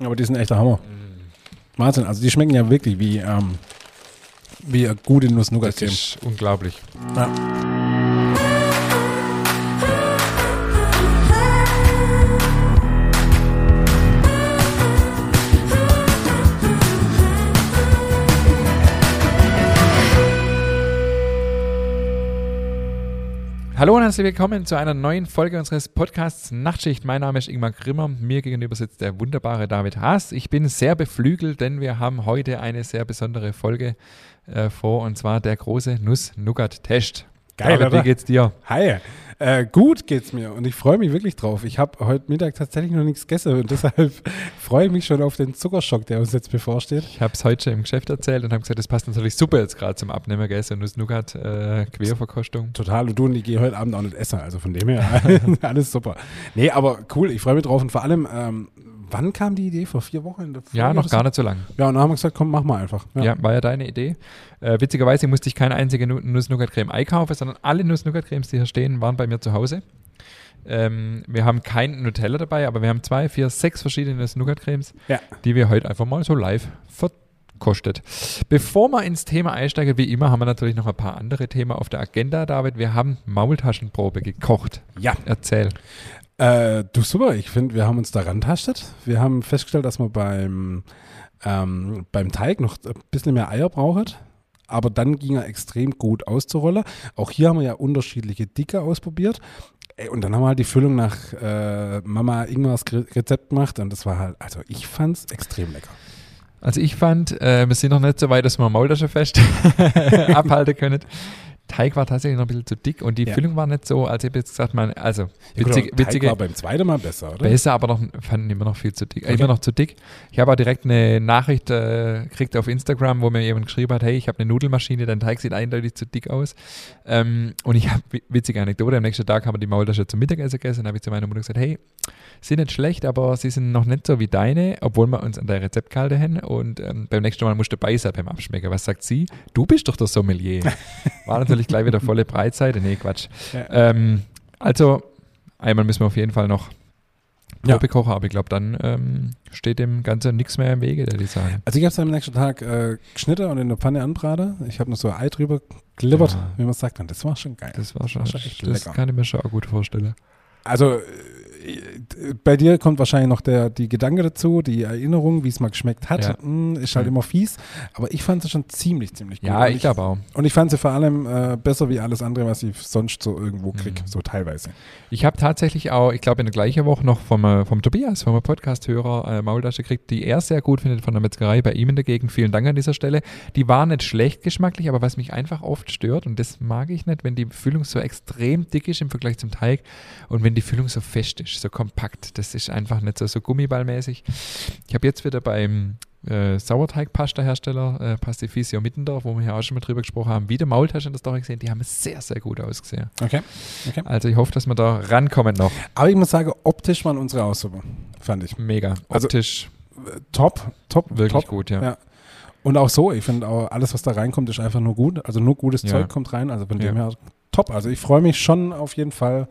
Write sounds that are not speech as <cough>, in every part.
Aber die sind echter Hammer. Wahnsinn, also die schmecken ja wirklich wie, ähm, wie äh, gute Das Nuss-Nougat-Creme. ist unglaublich. Ja. Hallo und herzlich willkommen zu einer neuen Folge unseres Podcasts Nachtschicht. Mein Name ist Ingmar Grimmer. Mir gegenüber sitzt der wunderbare David Haas. Ich bin sehr beflügelt, denn wir haben heute eine sehr besondere Folge äh, vor und zwar der große Nuss-Nougat-Test. Geil, David, oder? wie geht's dir? Hi, äh, gut geht's mir und ich freue mich wirklich drauf. Ich habe heute Mittag tatsächlich noch nichts gegessen und <laughs> deshalb freue ich mich schon auf den Zuckerschock, der uns jetzt bevorsteht. Ich habe es heute schon im Geschäft erzählt und habe gesagt, das passt natürlich super jetzt gerade zum Abnehmer, gell? So äh, Nuss-Nougat-Querverkostung. Total und du und ich gehe heute Abend auch nicht essen, also von dem her <laughs> <laughs> alles super. Nee, aber cool, ich freue mich drauf und vor allem, ähm, wann kam die Idee? Vor vier Wochen? ja, noch gar nicht so lang. nicht. Ja, und dann haben wir gesagt, komm, mach mal einfach. Ja. war ja deine Idee. Äh, witzigerweise musste ich keine einzige Nu- Nuss-Nougat-Creme einkaufen, sondern alle Nuss-Nougat-Cremes, die hier stehen, waren bei mir zu Hause. Ähm, wir haben kein Nutella dabei, aber wir haben zwei, vier, sechs verschiedene Nuss-Nougat-Cremes, Ja. die wir heute einfach mal so live verkostet. Bevor wir ins Thema einsteigen, wie immer, haben wir natürlich noch ein paar andere Themen auf der Agenda, David. Wir haben Maultaschenprobe gekocht. ja. Erzähl. Äh, du super, ich finde, wir haben uns daran tastet. Wir haben festgestellt, dass man beim, ähm, beim Teig noch ein bisschen mehr Eier braucht. Aber dann ging er extrem gut auszurollen. Auch hier haben wir ja unterschiedliche Dicke ausprobiert. Ey, Und dann haben wir halt die Füllung nach äh, Mama Ingmars Gre- Rezept gemacht. Und das war halt, also ich fand es extrem lecker. Also ich fand, äh, wir sind noch nicht so weit, dass wir Maultaschenfest abhalten können. Teig war tatsächlich noch ein bisschen zu dick und die Ja. Füllung war nicht so, als ich hab jetzt gesagt, man, also Ja, gut, witzig, aber Teig witzige, war beim zweiten Mal besser, oder? besser, aber noch fanden immer noch viel zu dick, äh, Okay. immer noch zu dick. Ich habe auch direkt eine Nachricht äh, gekriegt auf Instagram, wo mir jemand geschrieben hat, hey, ich habe eine Nudelmaschine, dein Teig sieht eindeutig zu dick aus. Ähm, und ich habe witzige Anekdote, am nächsten Tag haben wir die Maultasche zum Mittagessen gegessen, habe ich zu meiner Mutter gesagt, hey, sind nicht schlecht, aber sie sind noch nicht so wie deine, obwohl wir uns an der Rezeptkarte haben. Und ähm, beim nächsten Mal musst du dabei sein beim Abschmecken. Was sagt sie? Du bist doch <laughs> der Sommelier. War natürlich gleich wieder volle Breitseite. Nee, Quatsch. Ja. Ähm, also, einmal müssen wir auf jeden Fall noch Ja. Probe kochen, aber ich glaube, dann ähm, steht dem Ganzen nichts mehr im Wege, der Design. Also ich habe es am nächsten Tag äh, geschnitten und in der Pfanne anbrate. Ich habe noch so ein Ei drüber glibbert, Ja. wie man sagt. Und das war schon geil. Das war schon, Das war echt das lecker. kann ich mir schon auch gut vorstellen. Also äh, bei dir kommt wahrscheinlich noch der, die Gedanke dazu, die Erinnerung, wie es mal geschmeckt hat. Ja. Mm, ist halt Mhm. immer fies. Aber ich fand sie schon ziemlich, ziemlich gut. Ja, Und ich glaube auch. Und ich fand sie vor allem äh, besser wie alles andere, was ich sonst so irgendwo krieg, Mhm. so teilweise. Ich habe tatsächlich auch, ich glaube, in der gleichen Woche noch vom, äh, vom Tobias, vom Podcast-Hörer, äh, Maultasche gekriegt, die er sehr gut findet von der Metzgerei bei ihm in der Gegend. Vielen Dank an dieser Stelle. Die war nicht schlecht geschmacklich, aber was mich einfach oft stört, und das mag ich nicht, wenn die Füllung so extrem dick ist im Vergleich zum Teig und wenn die Füllung so fest ist, so kompakt, das ist einfach nicht so, so gummiballmäßig. Ich habe jetzt wieder beim äh, Sauerteig-Pasta-Hersteller äh, Pastifisio Mittendorf, wo wir ja auch schon mal drüber gesprochen haben, wieder Maultaschen, das doch gesehen, die haben sehr, sehr gut ausgesehen. Okay. Also ich hoffe, dass wir da rankommen noch. Aber ich muss sagen, optisch waren unsere Aussuppe, fand ich. Mega. Also- Optisch Top, top, wirklich top. gut, ja. Ja. Und auch so, ich finde auch alles, was da reinkommt, ist einfach nur gut. Also nur gutes Ja. Zeug kommt rein. Also von Ja. dem her top. Also ich freue mich schon auf jeden Fall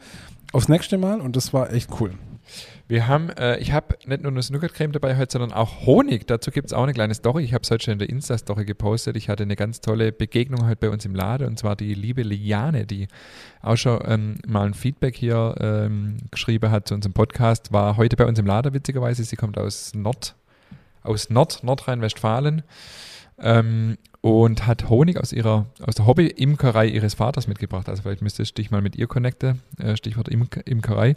aufs nächste Mal und das war echt cool. Wir haben, äh, ich habe nicht nur eine Nougat-Creme dabei heute, sondern auch Honig. Dazu gibt es auch eine kleine Story. Ich habe es heute schon in der Insta-Story gepostet. Ich hatte eine ganz tolle Begegnung heute bei uns im Laden und zwar die liebe Liane, die auch schon ähm, mal ein Feedback hier ähm, geschrieben hat zu unserem Podcast, war heute bei uns im Laden, witzigerweise. Sie kommt aus Nord, aus Nord, Nordrhein-Westfalen ähm, und hat Honig aus ihrer, aus der Hobby-Imkerei ihres Vaters mitgebracht. Also vielleicht müsstest du dich mal mit ihr connecten, äh, Stichwort Imk Imkerei.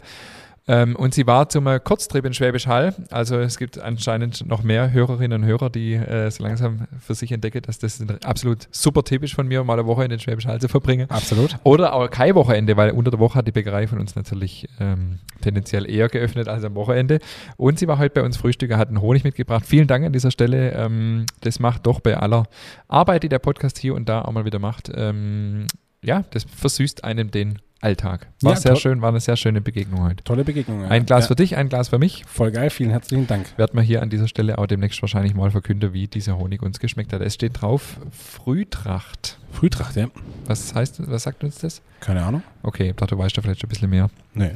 Ähm, und sie war zum äh, Kurztrip in Schwäbisch Hall. Also es gibt anscheinend noch mehr Hörerinnen und Hörer, die äh, so langsam für sich entdecken, dass das ein absolut super Tipp ist von mir, mal eine Woche in den Schwäbisch Hall zu verbringen. Absolut. Oder auch kein Wochenende, weil unter der Woche hat die Bäckerei von uns natürlich ähm, tendenziell eher geöffnet als am Wochenende. Und sie war heute bei uns Frühstücker, hat einen Honig mitgebracht. Vielen Dank an dieser Stelle. Ähm, das macht doch bei aller Arbeit, die der Podcast hier und da auch mal wieder macht. Ähm, ja, das versüßt einem den Alltag. War Ja, sehr toll. schön, war eine sehr schöne Begegnung heute. Tolle Begegnung. ja. Ein Glas ja. für dich, ein Glas für mich. Voll geil, vielen herzlichen Dank. Werden wir hier an dieser Stelle auch demnächst wahrscheinlich mal verkünden, wie dieser Honig uns geschmeckt hat. Es steht drauf Frühtracht. Frühtracht, ja? Was heißt, was sagt uns das? Keine Ahnung. Okay, ich dachte, du weißt da vielleicht schon ein bisschen mehr. Nee.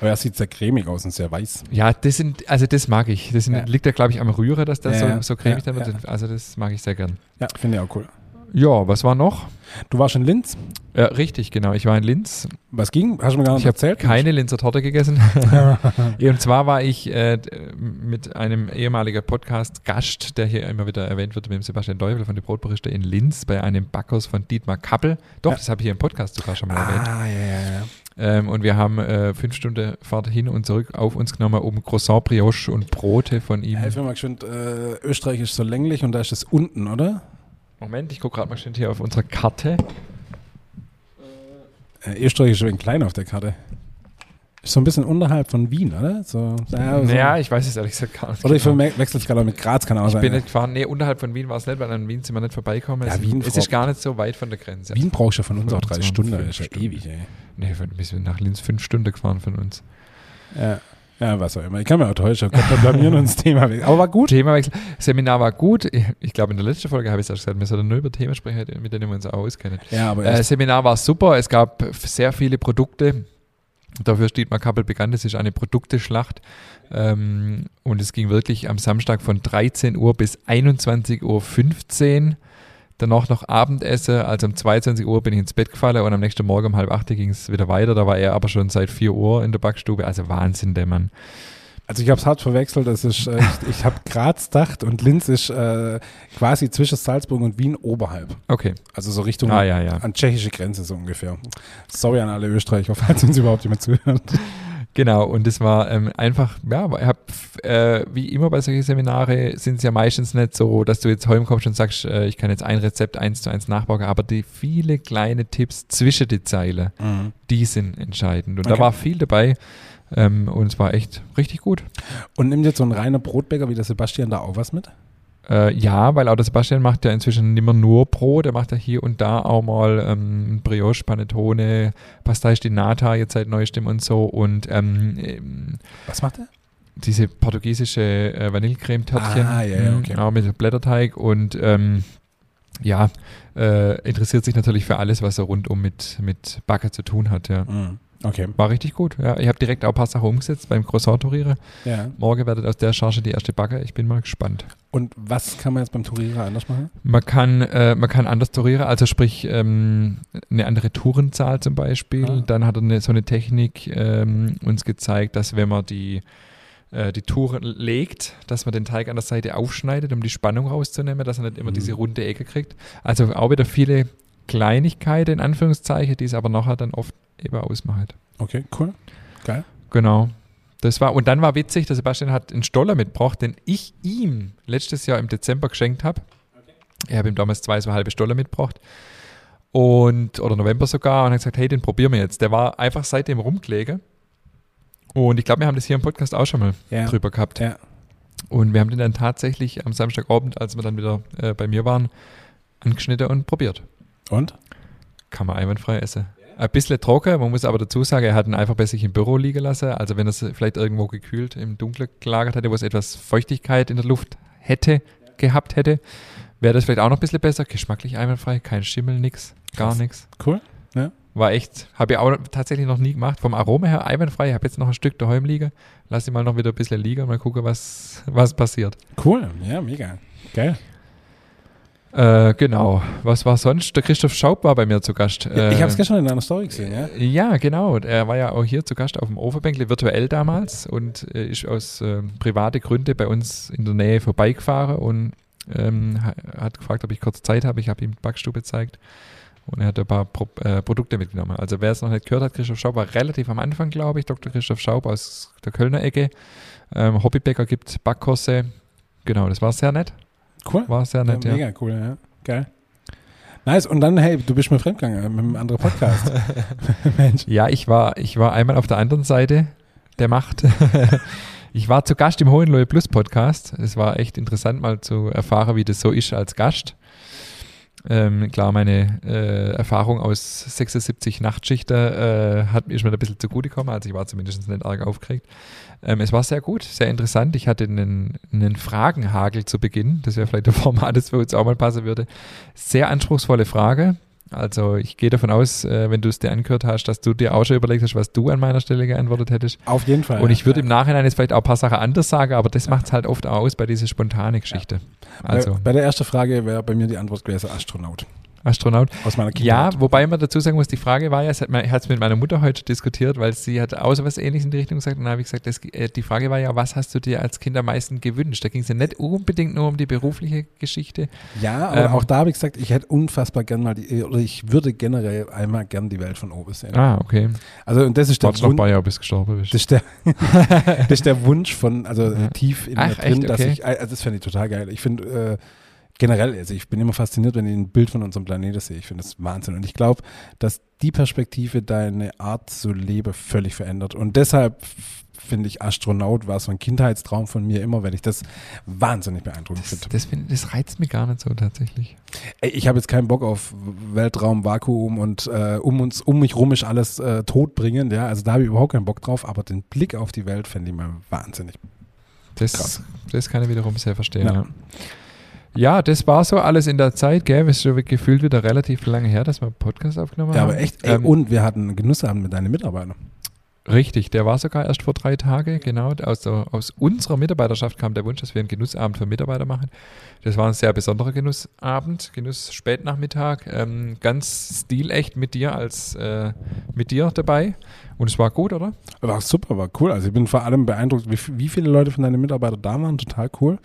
Aber er sieht sehr cremig aus und sehr weiß. Ja, das sind, also das mag ich. Das sind, Ja. liegt ja, glaube ich, am Rührer, dass das Ja, so, so cremig ja, dann wird. Also das mag ich sehr gern. Ja, finde ich auch cool. Ja, was war noch? Du warst in Linz. Ja, richtig, genau. Ich war in Linz. Was ging? Hast du mir gar nicht Ich habe erzählt? keine Linzer Torte <laughs> gegessen. und zwar war ich äh, d- mit einem ehemaligen Podcast-Gast, der hier immer wieder erwähnt wird, mit dem Sebastian Deuvel von der Brotberichter in Linz bei einem Backhaus von Dietmar Kappel. Doch, Ja. das habe ich hier im Podcast sogar schon mal erwähnt. Ah, ja, ja, ja. Ähm, und wir haben äh, fünf Stunden Fahrt hin und zurück auf uns genommen, um Croissant, Brioche und Brote von ihm. Helfen wir mal geschwind. Äh, Österreich ist so länglich und da ist es unten, oder? Moment, ich gucke gerade mal schnell hier auf unsere Karte. Äh, Österreich ist ein wenig klein auf der Karte. Ist so ein bisschen unterhalb von Wien, oder? So, naja, so. Naja, ich weiß es ehrlich gesagt gar nicht. Also- Oder ich genau. verwechsel es gerade mit Graz, kann auch ich sein. bin ja. nicht gefahren. Nee, unterhalb von Wien war es nicht, weil an Wien sind wir nicht vorbeikommen. Ja, es, Wien es fragt- ist gar nicht so weit von der Grenze. Wien brauchst du von uns auch drei 25 Stunden, Stunden. das ist ja ewig, ey. Nee, wir wir sind nach Linz fünf Stunden gefahren von uns. Ja. ja, was auch immer. Ich kann mir auch täuschen. Gott, wir blamieren uns das <laughs> Thema weg. Aber war gut. Themawechsel. Seminar war gut. Ich- Ich glaube, in der letzten Folge habe ich es auch gesagt, wir sollten nur über Themen sprechen, mit denen wir uns auch auskennen. Ja, aber Äh, echt. Seminar war super. Es gab f- sehr viele Produkte. Dafür steht man Kappel bekannt. Es ist eine Produkteschlacht. Ähm, und es ging wirklich am Samstag von 13 Uhr bis 21.15 Uhr. Danach noch Abendessen. Also um 22 Uhr bin ich ins Bett gefallen und am nächsten Morgen um halb acht ging es wieder weiter. Da war er aber schon seit 4 Uhr in der Backstube. Also Wahnsinn, der Mann. also ich habe es hart verwechselt. Das ist, äh, ich, ich habe Graz dacht und Linz ist äh, quasi zwischen Salzburg und Wien oberhalb. Okay. Also so Richtung Ah, ja, ja. an tschechische Grenze so ungefähr. Sorry an alle Österreicher, <laughs> falls uns überhaupt jemand zuhört. Genau, und das war ähm, einfach, ja, ich hab, äh, wie immer bei solchen Seminare sind es ja meistens nicht so, dass du jetzt heimkommst und sagst, äh, ich kann jetzt ein Rezept eins zu eins nachbauen, aber die viele kleine Tipps zwischen die Zeile, die sind entscheidend. Und da Okay. war viel dabei ähm, und es war echt richtig gut. Und nimmt jetzt so ein reiner Brotbäcker wie der Sebastian da auch was mit? Äh, ja, weil auch der Sebastian macht ja inzwischen nicht mehr nur Brot, er macht ja hier und da auch mal ähm, Brioche, Panettone, Pastéis di Nata jetzt seit Neuestem und so und ähm, ähm, Was macht er? diese portugiesische äh, Vanillecremetörtchen. Ah, ja, ja, Mhm, okay. Genau, mit Blätterteig und ähm, ja, äh, interessiert sich natürlich für alles, was er rundum mit, mit Backer zu tun hat, ja. Okay. War richtig gut. Ja, ich habe direkt auch ein paar Sachen umgesetzt beim Croissant Touriere. Ja. Morgen werdet aus der Charge die erste Backer. Ich bin mal gespannt. Und was kann man jetzt beim Tourierer anders machen? Man kann, äh, man kann anders tourieren, also sprich ähm, eine andere Tourenzahl zum Beispiel. Ah. Dann hat er eine, so eine Technik ähm, uns gezeigt, dass wenn man die, äh, die Touren legt, dass man den Teig an der Seite aufschneidet, um die Spannung rauszunehmen, dass er nicht immer Mhm. diese runde Ecke kriegt. Also auch wieder viele Kleinigkeiten in Anführungszeichen, die es aber nachher dann oft eben ausmacht. Okay, cool. Genau. Das war, und dann war witzig, der Sebastian hat einen Stoller mitgebracht, den ich ihm letztes Jahr im Dezember geschenkt habe. Ich habe ihm damals zwei so halbe Stoller mitgebracht. Und, oder November sogar, und hat gesagt, hey, den probieren wir jetzt. Der war einfach seitdem rumgelegen. Und ich glaube, wir haben das hier im Podcast auch schon mal Ja. drüber gehabt. Ja. Und wir haben den dann tatsächlich am Samstagabend, als wir dann wieder äh, bei mir waren, angeschnitten und probiert. Und? Kann man einwandfrei essen. Ein bisschen trocken, man muss aber dazu sagen, er hat ihn einfach bei sich im Büro liegen lassen. Also wenn er es vielleicht irgendwo gekühlt im Dunkeln gelagert hätte, wo es etwas Feuchtigkeit in der Luft hätte, gehabt hätte, wäre das vielleicht auch noch ein bisschen besser. Geschmacklich einwandfrei, kein Schimmel, nix, gar Krass. nix. Cool. War echt, habe ich auch tatsächlich noch nie gemacht. Vom Aroma her einwandfrei, ich habe jetzt noch ein Stück daheim liegen. Lass ihn mal noch wieder ein bisschen liegen und mal gucken, was, was passiert. Cool. Ja, mega. Geil. Äh, genau, was war sonst? Der Christoph Schaub war bei mir zu Gast. Ja, ich Äh, habe es gestern in deiner Story gesehen, ja? Ja, genau. Und Er war ja auch hier zu Gast auf dem Overbänkle virtuell damals und äh, ist aus ähm, private Gründe bei uns in der Nähe vorbeigefahren und ähm, ha- hat gefragt, ob ich kurz Zeit habe. Ich habe ihm die Backstube gezeigt und er hat ein paar Pro äh, Produkte mitgenommen. Also wer es noch nicht gehört hat, Christoph Schaub war relativ am Anfang, glaube ich. Dr. Christoph Schaub aus der Kölner Ecke. Ähm, Hobbybäcker gibt Backkurse. Genau, das war sehr nett. Cool. War sehr nett, ja. ja, mega cool, ja. Geil. Nice. Und dann, hey, du bist mir fremdgegangen äh, mit einem anderen Podcast. <laughs> Mensch. Ja, ich war, ich war einmal auf der anderen Seite der Macht. <laughs> ich war zu Gast im Hohenlohe Plus Podcast. Es war echt interessant, mal zu erfahren, wie das so ist als Gast. Ähm, klar, meine äh, Erfahrung aus 76 Nachtschichten äh, hat mir schon ein bisschen zugutekommen, also ich war zumindest nicht arg aufgeregt. Ähm, es war sehr gut, sehr interessant. Ich hatte einen, einen Fragenhagel zu Beginn, das wäre vielleicht ein Format, das für uns auch mal passen würde. Sehr anspruchsvolle Frage, Also ich gehe davon aus, äh, wenn du es dir angehört hast, dass du dir auch schon überlegt hast, was du an meiner Stelle geantwortet hättest. Auf jeden Fall. Äh, Und ich würde im Nachhinein jetzt vielleicht auch ein paar Sachen anders sagen, aber das macht es halt oft auch aus bei dieser spontanen Geschichte. also. Also bei, bei der ersten Frage wäre bei mir die Antwort gewesen Astronaut. Astronaut. Aus meiner Ja, Kindheit. wobei man dazu sagen muss, die Frage war ja, es hat mein- ich hatte es mit meiner Mutter heute diskutiert, weil sie hat auch so was ähnliches in die Richtung gesagt und dann habe ich gesagt, das, äh, die Frage war ja, was hast du dir als Kind am meisten gewünscht? Da ging es ja nicht unbedingt nur um die berufliche Geschichte. Ja, aber Ähm, auch da habe ich gesagt, ich hätte unfassbar gern mal die, oder ich würde generell einmal gern die Welt von oben sehen. Ah, okay. Also und das ist der Warte noch ein Wunsch. paar Jahre, bis du gestorben bist. Das ist, der, <laughs> das ist der Wunsch von, also Ja. tief in Ach, mir drin, echt? dass Okay. ich, also das fände ich total geil. Ich finde äh, generell, also ich bin immer fasziniert, wenn ich ein Bild von unserem Planeten sehe. Ich finde das Wahnsinn. Und ich glaube, dass die Perspektive deine Art zu leben völlig verändert. Und deshalb f- finde ich, Astronaut war so ein Kindheitstraum von mir immer, wenn ich das wahnsinnig beeindruckend Das, finde. das, find, das reizt mich gar nicht so tatsächlich. Ey, Ich habe jetzt keinen Bock auf Weltraum, Vakuum und äh, um uns, um mich rum ist alles äh, totbringend, ja. Also da habe ich überhaupt keinen Bock drauf, aber den Blick auf die Welt fände ich mal wahnsinnig. Krass. Das, das kann ich wiederum sehr verstehen. Ja. Ja. ja, das war so alles in der Zeit, gell? Ist schon gefühlt wieder relativ lange her, dass wir einen Podcast aufgenommen Ja, haben. aber echt, ey, Ähm, und wir hatten einen Genussabend mit deinen Mitarbeitern. Richtig, der war sogar erst vor drei Tagen, genau. Aus, der, aus unserer Mitarbeiterschaft kam der Wunsch, dass wir einen Genussabend für Mitarbeiter machen. Das war ein sehr besonderer Genussabend, Genuss-Spätnachmittag, ähm, ganz stilecht mit dir als äh, mit dir dabei. Und es war gut, oder? War super, war cool. Also ich bin vor allem beeindruckt, wie, f- wie viele Leute von deinen Mitarbeitern da waren, total cool.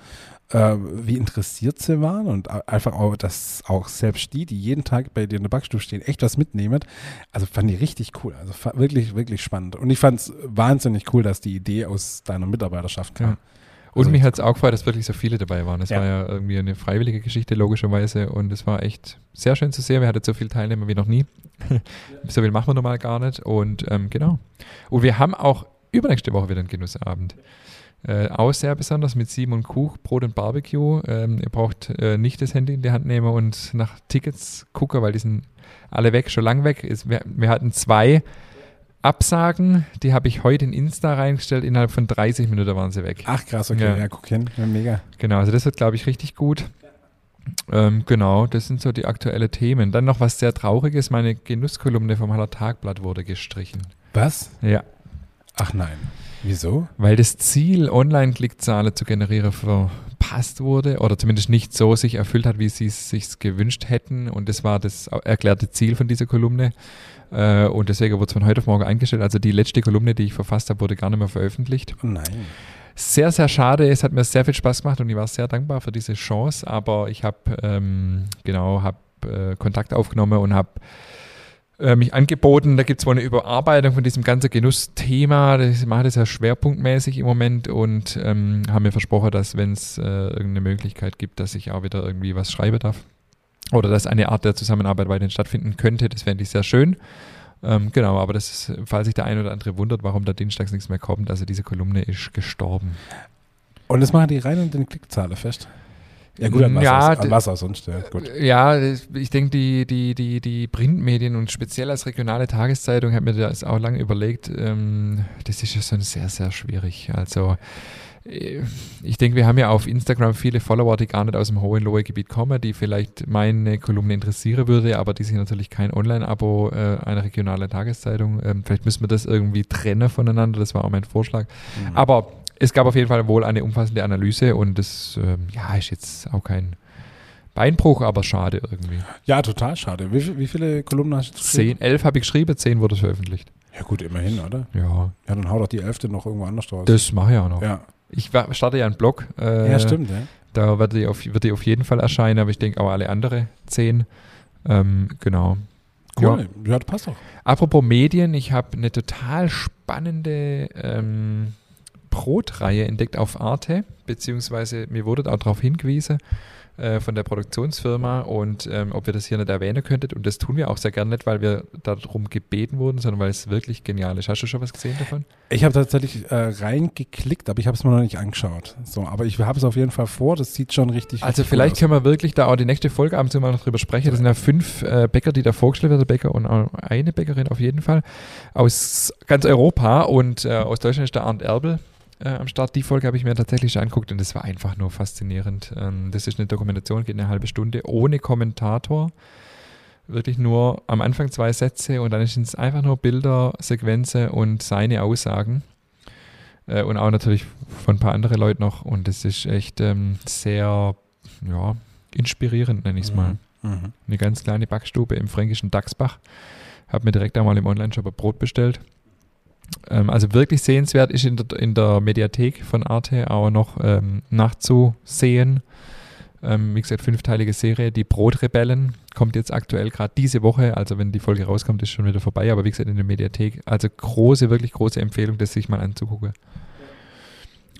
Äh, wie interessiert sie waren und a- einfach auch, dass auch selbst die, die jeden Tag bei dir in der Backstube stehen, echt was mitnehmen. Also fand ich richtig cool. Also fa- wirklich, wirklich spannend. Und ich fand es wahnsinnig cool, dass die Idee aus deiner Mitarbeiterschaft kam. Ja. Und Also- mich hat es auch gefreut, dass wirklich so viele dabei waren. Es Ja. war ja irgendwie eine freiwillige Geschichte, logischerweise. Und es war echt sehr schön zu sehen. Wir hatten so viele Teilnehmer wie <laughs> noch nie. so viel machen wir normal gar nicht. Und ähm, genau. Und wir haben auch übernächste Woche wieder einen Genussabend. Äh, auch sehr besonders mit Simon Kuch, Brot und Barbecue. Ähm, ihr braucht äh, nicht das Handy in die Hand nehmen und nach Tickets gucken, weil die sind alle weg, schon lang weg. Ist, wir, wir hatten zwei Absagen, die habe ich heute in Insta reingestellt. Innerhalb von 30 Minuten waren sie weg. Ach krass, okay, ja, Ja. guck hin. Ja, mega. Genau, also das wird, glaube ich, richtig gut. Ähm, genau, das sind so die aktuellen Themen. Dann noch was sehr Trauriges. Meine Genusskolumne vom Haller Tagblatt wurde gestrichen. Was? Ja. Ach nein. Wieso? Weil das Ziel, Online-Klickzahlen zu generieren, verpasst wurde oder zumindest nicht so sich erfüllt hat, wie sie es sich gewünscht hätten. Und das war das erklärte Ziel von dieser Kolumne. Äh, und deswegen wurde es von heute auf morgen eingestellt. Also die letzte Kolumne, die ich verfasst habe, wurde gar nicht mehr veröffentlicht. Oh nein. sehr, sehr schade. Es hat mir sehr viel Spaß gemacht und ich war sehr dankbar für diese Chance. Aber ich habe ähm, genau hab, äh, Kontakt aufgenommen und habe äh, mich angeboten. Da gibt es wohl eine Überarbeitung von diesem ganzen Genussthema. Ich mache das ja schwerpunktmäßig im Moment und ähm, haben mir versprochen, dass wenn es äh, irgendeine Möglichkeit gibt, dass ich auch wieder irgendwie was schreiben darf. Oder dass eine Art der Zusammenarbeit weiterhin stattfinden könnte, das fände ich sehr schön. Ähm, genau, aber das ist, falls sich der ein oder andere wundert, warum da dienstags nichts mehr kommt, also diese Kolumne ist gestorben. Und das machen die rein und den Klickzahlen fest. Ja gut, an was, Ja, aus, an d- was auch sonst. Ja, gut. Äh, Ja, ich denke, die, die, die, die Printmedien und speziell als regionale Tageszeitung hat mir das auch lange überlegt. Ähm, das ist ja schon sehr, sehr schwierig. Also, äh, ich denke, wir haben ja auf Instagram viele Follower, die gar nicht aus dem hohen Lohe-Gebiet kommen, die vielleicht meine Kolumne interessieren würde, aber die sind natürlich kein Online-Abo äh, einer regionalen Tageszeitung. Ähm, vielleicht müssen wir das irgendwie trennen voneinander. Das war auch mein Vorschlag. Mhm. Aber es gab auf jeden Fall wohl eine umfassende Analyse und das ähm, ja, ist jetzt auch kein Beinbruch, aber schade irgendwie. Ja, total schade. Wie, viel- wie viele Kolumnen hast du? jetzt geschrieben? Zehn, elf habe ich geschrieben, zehn wurde veröffentlicht. Ja gut, immerhin, oder? Ja, Ja, dann hau doch die Elfte noch irgendwo anders draus. das mache ich auch noch. ja. Ich wa- starte ja einen Blog. Äh, ja, stimmt, ja. Da wird die, auf, wird die auf jeden Fall erscheinen, aber ich denke auch alle andere zehn. Ähm, genau. Cool. Ja, das passt doch. Apropos Medien, ich habe eine total spannende ähm, Brotreihe entdeckt auf Arte, beziehungsweise mir wurde auch darauf hingewiesen äh, von der Produktionsfirma und ähm, ob wir das hier nicht erwähnen könntet. Und das tun wir auch sehr gerne nicht, weil wir darum gebeten wurden, sondern weil es wirklich genial ist. Hast du schon was gesehen davon? Ich habe tatsächlich äh, reingeklickt, aber ich habe es mir noch nicht angeschaut. So, aber ich habe es auf jeden Fall vor. Das sieht schon richtig Also richtig vielleicht cool können wir wirklich da auch die nächste Folge abends mal noch drüber sprechen. Das sind ja fünf äh, Bäcker, die da vorgestellt werden, Bäcker und auch eine Bäckerin auf jeden Fall aus ganz Europa und äh, aus Deutschland ist der Arndt Erbel. Äh, am Start. Die Folge habe ich mir tatsächlich schon angeguckt und das war einfach nur faszinierend. Ähm, das ist eine Dokumentation, geht eine halbe Stunde ohne Kommentator. wirklich nur am Anfang zwei Sätze und dann sind es einfach nur Bilder, Sequenzen und seine Aussagen. Äh, und auch natürlich von ein paar anderen Leuten noch. Und es ist echt ähm, sehr ja, inspirierend, nenne ich es mal. Mhm. Eine ganz kleine Backstube im fränkischen Dachsbach. Habe mir direkt einmal im Online-Shop ein Brot bestellt. Ähm, also wirklich sehenswert ist in der, in der Mediathek von Arte auch noch ähm, nachzusehen. Ähm, wie gesagt, fünfteilige Serie, die Brotrebellen, kommt jetzt aktuell gerade diese Woche. Also wenn die Folge rauskommt, ist schon wieder vorbei. Aber wie gesagt, in der Mediathek. Also große, wirklich große Empfehlung, das sich mal anzugucken.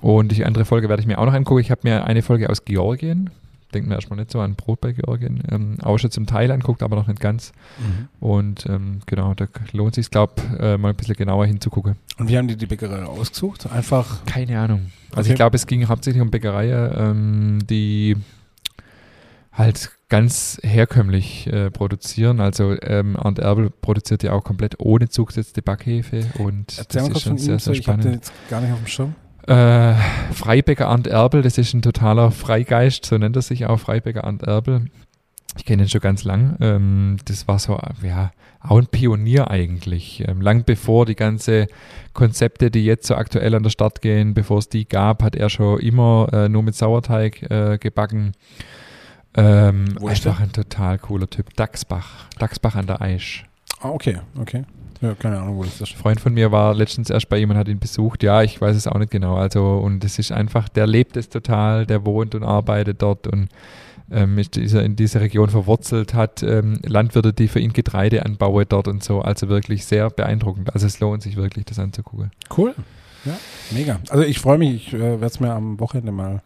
Und die andere Folge werde ich mir auch noch angucken. Ich habe mir eine Folge aus Georgien, denkt mir erstmal nicht so an Brot bei Georgien, ähm, auch schon zum Teil anguckt, aber noch nicht ganz. Mhm. Und ähm, genau, da lohnt sich, glaube äh, mal ein bisschen genauer hinzugucken. Und wie haben die die Bäckerei ausgesucht? Einfach. Keine Ahnung. Also Okay. ich glaube, es ging hauptsächlich um Bäckereien, ähm, die halt ganz herkömmlich äh, produzieren. Also ähm, Arndt Erbel produziert ja auch komplett ohne zugesetzte Backhefe und Erzähl das mal ist kurz schon von sehr, ihm. sehr so, ich habe den spannend. jetzt gar nicht auf dem Schirm. Äh, Freibäcker Arndt Erbel, das ist ein totaler Freigeist, so nennt er sich auch, Freibäcker Arndt Erbel. Ich kenne ihn schon ganz lang. Ähm, das war so, ja, auch ein Pionier eigentlich. Ähm, lang bevor die ganze Konzepte, die jetzt so aktuell an der Start gehen, bevor es die gab, hat er schon immer äh, nur mit Sauerteig äh, gebacken. Ähm, Wo ist einfach ein total cooler Typ. Dachsbach. Dachsbach an der Aisch. Ah, okay, okay. Ja, keine Ahnung, wo das ist. Ein Freund von mir war letztens erst bei ihm und hat ihn besucht. Ja, ich weiß es auch nicht genau. Also, und es ist einfach, der lebt es total, der wohnt und arbeitet dort und ähm, ist dieser, in dieser Region verwurzelt, hat ähm, Landwirte, die für ihn Getreide anbauen dort und so. Also wirklich sehr beeindruckend. Also es lohnt sich wirklich, das anzugucken. Cool. Ja, mega. Also ich freue mich, ich äh, werde es mir am Wochenende mal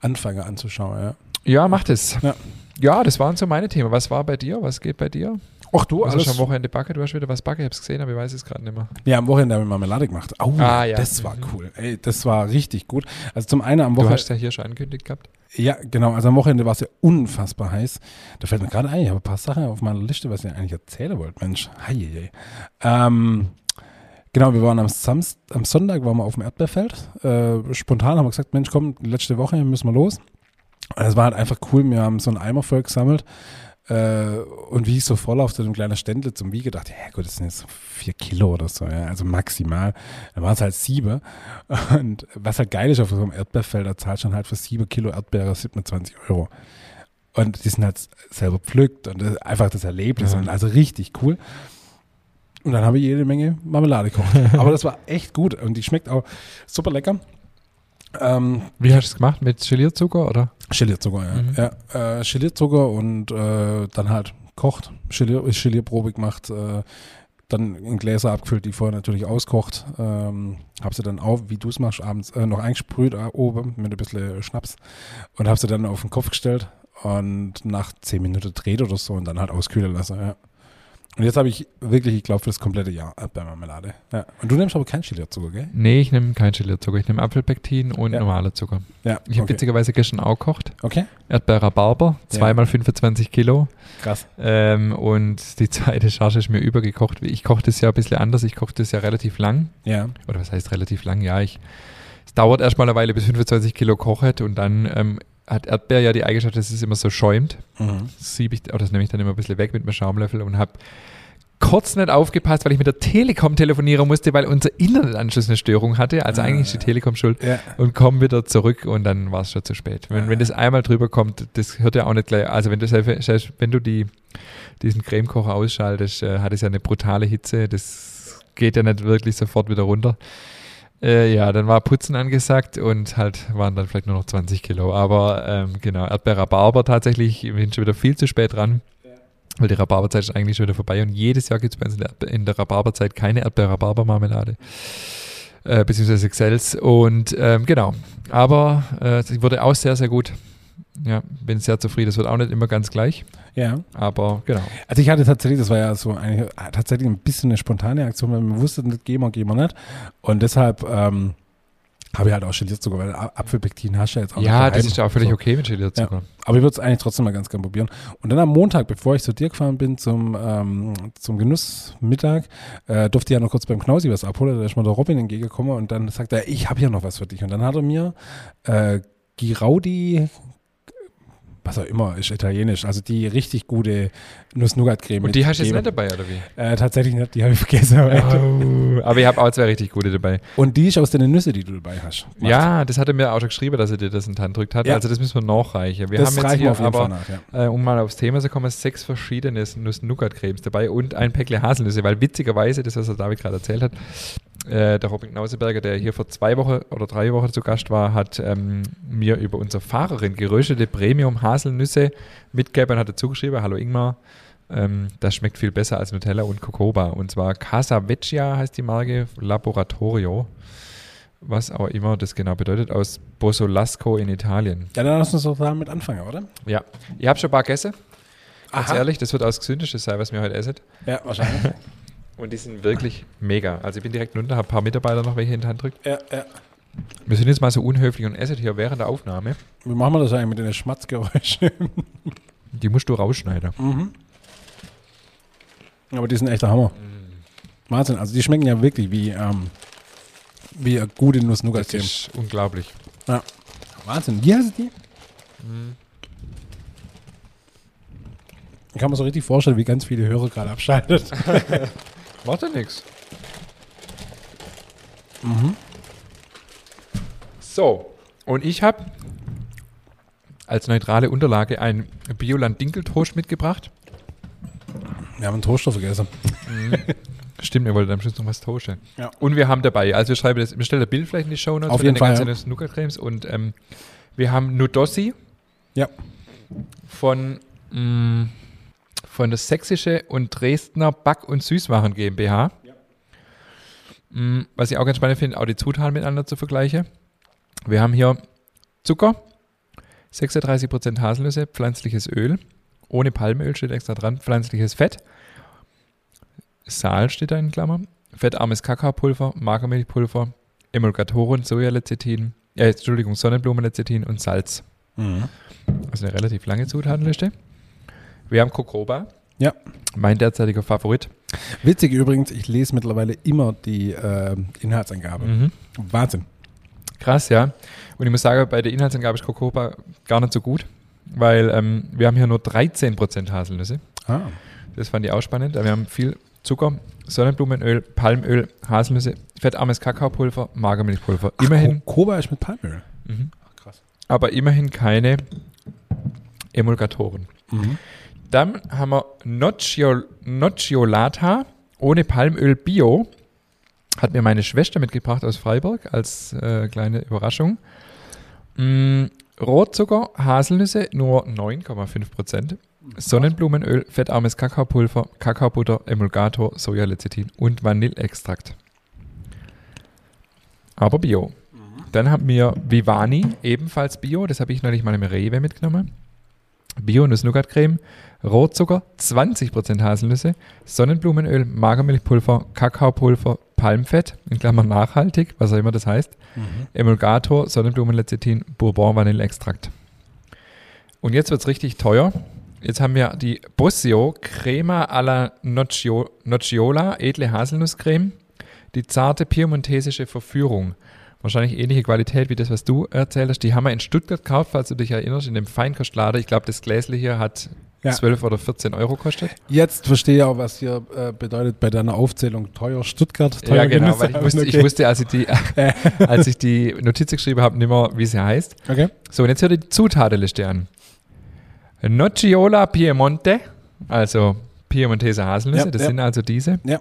anfangen anzuschauen. Ja. Ja, macht es. Ja. Ja, das waren so meine Themen. Was war bei dir? Was geht bei dir? Ach du, Du hast alles. schon am Wochenende Backe. Du hast wieder was Backe, ich hab's gesehen, aber ich weiß es gerade nicht mehr. Ja, am Wochenende haben wir Marmelade gemacht. Au, Ah, ja. das war Mhm. cool. Ey, das war richtig gut. Also zum einen am Du Wochenende. hast ja hier schon angekündigt gehabt. Ja, genau. Also am Wochenende war es ja unfassbar heiß. Da fällt mir gerade ein, ich habe ein paar Sachen auf meiner Liste, was ihr eigentlich erzählen wollt, Mensch. Heieiei. Ähm, genau, wir waren am, Samst am Sonntag waren wir auf dem Erdbeerfeld. Äh, spontan haben wir gesagt, Mensch, komm, letzte Woche müssen wir los. Und das war halt einfach cool. Wir haben so einen Eimer voll gesammelt. Äh, und wie ich so vorlauf zu dem kleinen Ständle zum Wiegen, dachte, ja gut, das sind jetzt vier Kilo oder so, ja, also maximal. Dann waren es halt sieben. Und was halt geil ist auf so einem Erdbeerfeld, da zahlt schon halt für sieben Kilo Erdbeere 27 Euro. Und die sind halt selber pflückt und das, einfach das Erlebnis. Mhm. Und also richtig cool. Und dann habe ich jede Menge Marmelade gekocht. Aber das war echt gut und die schmeckt auch super lecker. Ähm, Wie hast du es gemacht? Mit Gelierzucker oder? Gelierzucker, ja. Mhm. ja äh, Gelierzucker und äh, dann halt kocht, Gelier, Gelierprobe gemacht, äh, dann in Gläser abgefüllt, die vorher natürlich auskocht. Ähm, hab sie dann auf, wie du es machst, abends äh, noch eingesprüht äh, oben mit ein bisschen Schnaps und hab sie dann auf den Kopf gestellt und nach zehn Minuten dreht oder so und dann halt auskühlen lassen, ja. Und jetzt habe ich wirklich, ich glaube, für das komplette Jahr Erdbeermarmelade. Ja. Und du nimmst aber kein Gelierzucker, gell? Nee, ich nehme kein Gelierzucker. Ich nehme Apfelpektin und Ja. normaler Zucker. Ja, Ich habe okay. witzigerweise gestern auch gekocht. okay, Erdbeer-Rhabarber, Ja. zweimal 25 Kilo. krass. Ähm, und die zweite Charge ist mir übergekocht. Ich koche das ja ein bisschen anders. Ich koche das ja relativ lang. Ja, Oder was heißt relativ lang? Ja, ich, es dauert erstmal eine Weile, bis 25 Kilo kochet. Und dann ähm, hat Erdbeer ja die Eigenschaft, dass es immer so schäumt. mhm. sieb ich, oder das nehme ich dann immer ein bisschen weg mit einem Schaumlöffel und habe kurz nicht aufgepasst, weil ich mit der Telekom telefonieren musste, weil unser Internetanschluss eine Störung hatte. Also Ah, eigentlich ist die ja. Telekom schuld. ja. Und komm wieder zurück und dann war es schon zu spät. Wenn, wenn das einmal drüber kommt, das hört ja auch nicht gleich. Also wenn du, selbst- selbst wenn du die, diesen Cremekocher ausschaltest, äh, hat es ja eine brutale Hitze. Das geht ja nicht wirklich sofort wieder runter. Äh, ja, dann war Putzen angesagt und halt waren dann vielleicht nur noch 20 Kilo. Aber ähm, genau, Erdbeer-Rhabarber tatsächlich, ich bin schon wieder viel zu spät dran. Weil die Rhabarberzeit ist eigentlich schon wieder vorbei und jedes Jahr gibt es bei uns in der, Erdbe- in der Rhabarberzeit keine Erdbeer-Rhabarber-Marmelade. Äh, beziehungsweise Xels. Und ähm, genau. Aber äh, sie wurde auch sehr, sehr gut. Ja, bin sehr zufrieden. Es wird auch nicht immer ganz gleich. ja. Aber genau. Also ich hatte tatsächlich, das war ja so eine, tatsächlich ein bisschen eine spontane Aktion, weil wir wussten, nicht gehen wir, gehen wir nicht. Und deshalb ähm, habe ich halt auch geliert sogar, weil A- Apfelpektin hast du ja jetzt auch nicht ja, das daheim. ist ja auch völlig so. okay mit Chili-Zucker. Aber ich würde es eigentlich trotzdem mal ganz gern probieren. Und dann am Montag, bevor ich zu dir gefahren bin zum, ähm, zum Genussmittag, äh, durfte ich ja noch kurz beim Knausi was abholen. Da ist mir der Robin entgegengekommen und dann sagt er, ich habe hier noch was für dich. Und dann hat er mir äh, Giraudi was auch immer, ist italienisch. Also die richtig gute Nuss-Nougat-Creme. Und die hast du jetzt mitgegeben. nicht dabei, oder wie? Äh, tatsächlich nicht, die habe ich vergessen. <laughs> Oh, aber ich habe auch zwei richtig gute dabei. Und die ist aus den Nüsse, die du dabei hast. gemacht. Ja, das hat er mir auch schon geschrieben, dass er dir das in die Hand drückt hat. Ja. Also das müssen wir nachreichen. Wir das haben jetzt reichen wir hier auf jeden aber, Fall nach. Ja. äh, um mal aufs Thema zu kommen, sechs verschiedene Nuss-Nougat-Cremes dabei und ein Päckle Haselnüsse, weil witzigerweise, das, was der David gerade erzählt hat, äh, der Robin Knauseberger, der hier vor zwei Wochen oder drei Wochen zu Gast war, hat ähm, mir über unsere Fahrerin geröstete Premium-Haselnüsse mitgegeben und hat dazu geschrieben, hallo Ingmar, ähm, das schmeckt viel besser als Nutella und Cocoba. Und zwar Casa Vecchia heißt die Marke, Laboratorio, was auch immer das genau bedeutet, aus Bosolasco in Italien. ja, dann lass uns doch damit anfangen, oder? Ja, ich habe schon ein paar gegessen. Ganz Aha. ehrlich, das wird aus Gesündestes sein, was wir heute essen. Ja, <laughs> wahrscheinlich. Und die sind wirklich mega. Also ich bin direkt runter, habe ein paar Mitarbeiter noch, welche in die Hand drückt. ja, ja. Wir sind jetzt mal so unhöflich und essen hier während der Aufnahme. Wie machen wir das eigentlich mit den Schmatzgeräuschen? Die musst du rausschneiden. Mhm. Aber die sind echt der Hammer. Wahnsinn, also die schmecken ja wirklich wie, ähm, wie eine gute Das Nuss-Nougat-Creme. ist unglaublich. Ja. Wahnsinn, wie heißt die? Mhm. Ich kann mir so richtig vorstellen, wie ganz viele Hörer gerade abschaltet. Warte nix. Mhm. So, und ich habe als neutrale Unterlage einen Bioland Dinkeltoast mitgebracht. Wir haben einen Toaststoff vergessen. Stimmt, ihr wolltet am Schluss noch was tauschen. Ja. Und wir haben dabei, also wir schreiben das, wir stellen ein Bild vielleicht in die Show Notes Auf für jeden deine Fall, ganzen ja. Snookercremes und ähm, wir haben Nudossi Ja. von, mh, von der Sächsische und Dresdner Back- und Süßwaren GmbH. Mh, was ich auch ganz spannend finde, auch die Zutaten miteinander zu vergleichen. Wir haben hier Zucker, 36% Haselnüsse, pflanzliches Öl, ohne Palmöl steht extra dran, pflanzliches Fett, Sal steht da in Klammern, fettarmes Kakaopulver, Magermilchpulver, Emulgatoren, Sojalecithin, äh, Entschuldigung, Sonnenblumenlecithin und Salz. Mhm. Also eine relativ lange Zutatenliste. Wir haben Kokoba. Ja. Mein derzeitiger Favorit. Witzig übrigens, ich lese mittlerweile immer die äh, Inhaltsangabe. Wahnsinn. Krass, ja. Und ich muss sagen, bei der Inhaltsangabe ist Kokoba gar nicht so gut, weil ähm, wir haben hier nur 13% Haselnüsse. Ah. Das fand ich auch spannend. Wir haben viel Zucker, Sonnenblumenöl, Palmöl, Haselnüsse, fettarmes Kakaopulver, Magermilchpulver. Immerhin, Koba ist mit Palmöl. Mhm. Ach, krass. aber immerhin keine Emulgatoren. Mhm. Dann haben wir Nocciol Nocciolata ohne Palmöl Bio. Hat mir meine Schwester mitgebracht aus Freiburg als äh, kleine Überraschung. Mm, Rohrzucker, Haselnüsse nur 9,5%. Sonnenblumenöl, fettarmes Kakaopulver, Kakaobutter, Emulgator, Sojalecithin und Vanilleextrakt. Aber Bio. Dann haben wir Vivani, ebenfalls Bio. Das habe ich neulich mal im Rewe mitgenommen. Bio Nuss-Nougat-Creme, Rohrzucker, 20% Haselnüsse, Sonnenblumenöl, Magermilchpulver, Kakaopulver, Palmfett, in Klammern nachhaltig, was auch immer das heißt, Mhm. Emulgator, Sonnenblumenlecithin, Bourbon Vanilleextrakt. Und jetzt wird es richtig teuer. Jetzt haben wir die Bossio Crema alla Nocio Nocciola, edle Haselnusscreme, die zarte piemontesische Verführung. Wahrscheinlich ähnliche Qualität wie das, was du erzählt hast. Die haben wir in Stuttgart gekauft, falls du dich erinnerst, in dem Feinkostlader. Ich glaube, das Gläsle hier hat Ja. 12 oder 14 Euro kostet. Jetzt verstehe ich auch, was hier äh, bedeutet bei deiner Aufzählung teuer Stuttgart, teuer Genüsse. genau, weil ich wusste, ich Okay. wusste, als <laughs> ich die, als ich die Notiz geschrieben habe, nicht mehr, wie sie heißt. Okay. So, und jetzt hört ihr die Zutatenliste an. Nocciola Piemonte, also Piemontese Haselnüsse, Ja, das ja. sind also diese. Ja.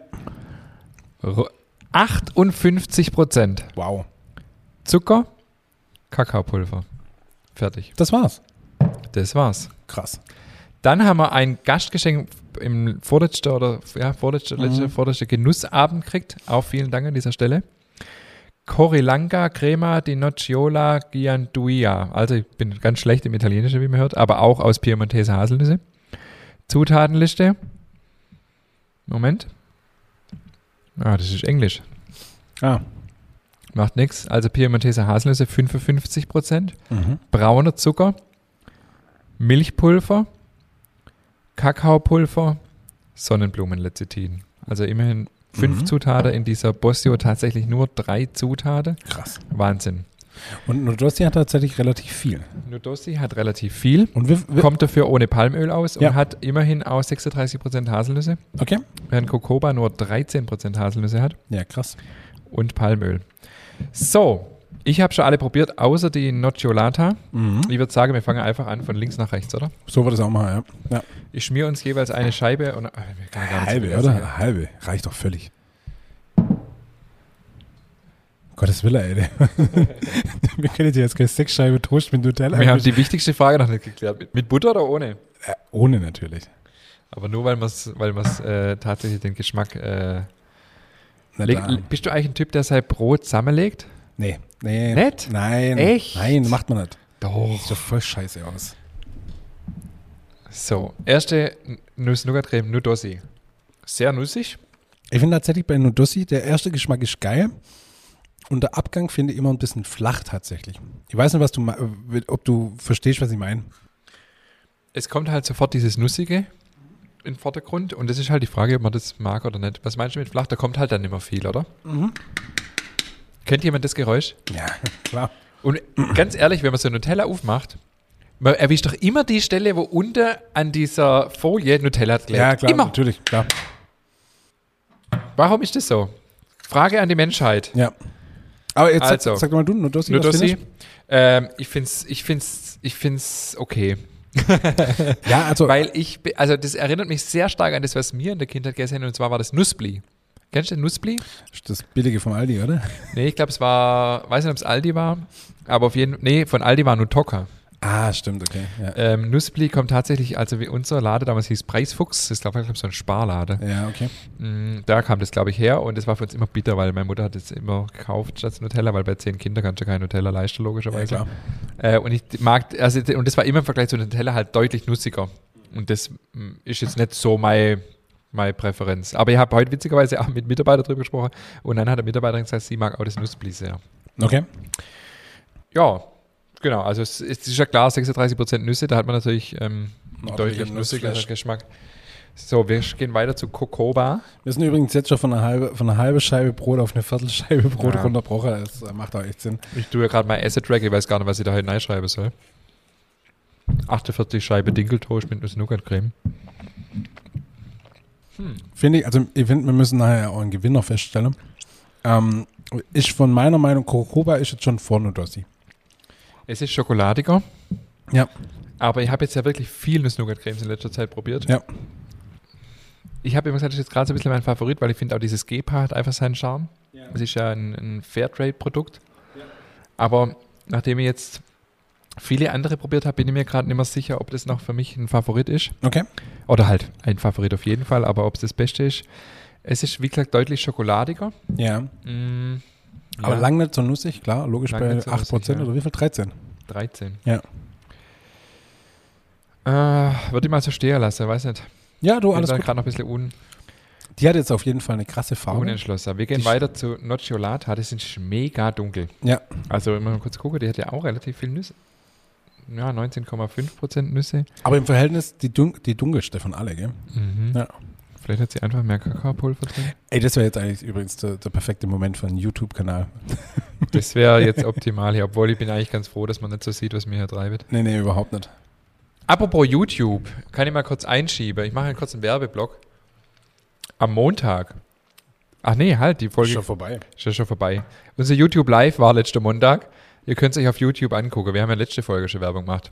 Ro- 58 Prozent Wow. Zucker, Kakaopulver. Fertig. Das war's. Das war's. Krass. Dann haben wir ein Gastgeschenk im vorletzten oder ja, vorletzte, letzte, vorletzte Genussabend gekriegt. Auch vielen Dank an dieser Stelle. Corilanga Crema di Nocciola Gianduia. Also ich bin ganz schlecht im Italienischen, wie man hört, aber auch aus Piemontese Haselnüsse. Zutatenliste. Moment. Ah, das ist Englisch. Ah. Macht nichts. Also Piemontese Haselnüsse 55 Prozent Mhm. brauner Zucker, Milchpulver, Kakaopulver, Sonnenblumenlecithin. Also immerhin Mhm. fünf Zutaten in dieser Bossio, tatsächlich nur drei Zutaten. Krass. Wahnsinn. Und Nudossi hat tatsächlich relativ viel. Nudossi hat relativ viel, Und wir, wir kommt dafür ohne Palmöl aus Ja. und hat immerhin auch 36% Haselnüsse, okay. während Cocoba nur 13% Haselnüsse hat Ja, krass. und Palmöl. So, ich habe schon alle probiert, außer die Nocciolata. Ich würde sagen, wir fangen einfach an von links nach rechts, oder? Mhm. So war das auch mal, ja. Ich schmier uns jeweils eine Scheibe und. Ah, wir können gar ja. nicht so Halbe, viel erzählen. oder? Halbe. Reicht doch völlig. Um Gottes Wille, ey. <laughs> Wir können jetzt hier jetzt keine Sechsscheibe Toast mit Nutella. Wir haben mischen. die wichtigste Frage noch nicht geklärt. Mit, mit Butter oder ohne? Äh, ohne natürlich. Aber nur weil man es weil man's, äh, tatsächlich den Geschmack. Äh, Na, legt. da- Bist du eigentlich ein Typ, der sein Brot zusammenlegt? Nee. Nee. Nicht? Nein. Echt? Nein, macht man nicht. Doch. Sieht doch voll scheiße aus. So, erste Nuss-Nougat-Creme, Nudossi. Sehr nussig. Ich finde tatsächlich bei Nudossi, der erste Geschmack ist geil. Und der Abgang finde ich immer ein bisschen flach tatsächlich. Ich weiß nicht, was du, ma- äh, ob du verstehst, was ich meine. Es kommt halt sofort dieses Nussige in den Vordergrund und das ist halt die Frage, ob man das mag oder nicht. Was meinst du mit flach? Da kommt halt dann immer viel, oder? Mhm. Kennt jemand das Geräusch? Ja, <laughs> klar. Und ganz ehrlich, wenn man so Nutella aufmacht, man erwischt doch immer die Stelle, wo unten an dieser Folie Nutella klebt. Ja, klar, Immer. natürlich, klar. Warum ist das so? Frage an die Menschheit. Ja. Aber jetzt Also. sag, sag mal du, Nudossi, was Nudossi, findest ähm, ich find's, ich find's, ich find's okay. du? Ja, also, Weil ich, be- also das erinnert mich sehr stark an das, was mir in der Kindheit gegessen haben, und zwar war das Nussbli. Kennst du den Nussbli? das Billige vom Aldi, oder? Nee, ich glaube, es war, weiß nicht, ob es Aldi war, aber auf jeden nee, von Aldi war Nutoka. Ah, stimmt, okay. Ja, Ähm, Nussbli kommt tatsächlich, also wie unser Lade damals hieß Preisfuchs, das glaube ich glaub, so ein Sparlade. ja okay. Mm, Da kam das, glaube ich, her und das war für uns immer bitter, weil meine Mutter hat es immer gekauft statt Nutella, weil bei zehn Kindern kannst du kein Nutella leisten, Ja, logischerweise. klar. Äh, und ich mag, also, und das war immer im Vergleich zu Nutella halt deutlich nussiger. Und das mm, ist jetzt nicht so mein, meine Präferenz. Aber ich habe heute witzigerweise auch mit Mitarbeiter drüber gesprochen und dann hat der Mitarbeiter gesagt, sie mag auch das Nussbli sehr. Okay. Ja, genau. Also es ist, es ist ja klar, 36% Nüsse, da hat man natürlich ähm, einen Ordentlichen deutlich nussigeren Nussflash. Geschmack. So, wir gehen weiter zu Cocoba. Wir sind übrigens jetzt schon von einer halben von einer halben Scheibe Brot auf eine Viertelscheibe Brot Ja. runterbrochen. Das äh, macht auch echt Sinn. Ich tue ja gerade mal Acid Track, ich weiß gar nicht, was ich da heute reinschreiben soll. 48 Scheibe Dinkeltoast mit Nuss-Nougat-Creme. Finde ich, also ich finde, wir müssen nachher auch einen Gewinner feststellen. Ähm, ich von meiner Meinung, Kokoba ist jetzt schon vor Nudossi. Es ist schokoladiger. Ja. Aber ich habe jetzt ja wirklich viel Nuss-Nougat-Cremes in letzter Zeit probiert. Ja. Ich habe immer gesagt, das ist jetzt gerade so ein bisschen mein Favorit, weil ich finde auch dieses Gepa hat einfach seinen Charme. Es ist ja ein, ein Fairtrade-Produkt. Aber nachdem ich jetzt viele andere probiert habe, bin ich mir gerade nicht mehr sicher, ob das noch für mich ein Favorit ist. Okay. Oder halt ein Favorit auf jeden Fall, aber ob es das Beste ist. Es ist, wie gesagt, deutlich schokoladiger. Ja. Mm, Aber ja, lang nicht so nussig, klar, logisch Lang bei nicht so 8% nussig, ja. oder wie viel? 13. 13. Ja. Äh, Würde ich mal so stehen lassen, weiß nicht. Ja, du, Bin Oh, alles da gut. gerade noch ein bisschen un Die hat jetzt auf jeden Fall eine krasse Farbe. unentschlosser. Wir gehen Die- weiter zu Nocciolata. Das ist mega dunkel. Ja. Also, wenn man kurz guckt, die hat ja auch relativ viel Nüsse. Ja, 19,5% Nüsse. Aber im Verhältnis die, dun die dunkelste von alle, gell? Mhm. Ja. Vielleicht hat sie einfach mehr Kakaopulver drin. Ey, das wäre jetzt eigentlich übrigens der, der perfekte Moment für einen YouTube-Kanal. Das wäre <laughs> jetzt optimal hier, obwohl ich bin eigentlich ganz froh, dass man nicht so sieht, was mir hier treibt. Nee, nee, überhaupt nicht. Apropos YouTube, kann ich mal kurz einschieben? Ich mache einen kurzen Werbeblock. Am Montag. Ach nee, halt, die Folge vorbei. ist ja schon vorbei. Unser YouTube Live war letzter Montag. Ihr könnt es euch auf YouTube angucken. Wir haben ja letzte Folge schon Werbung gemacht.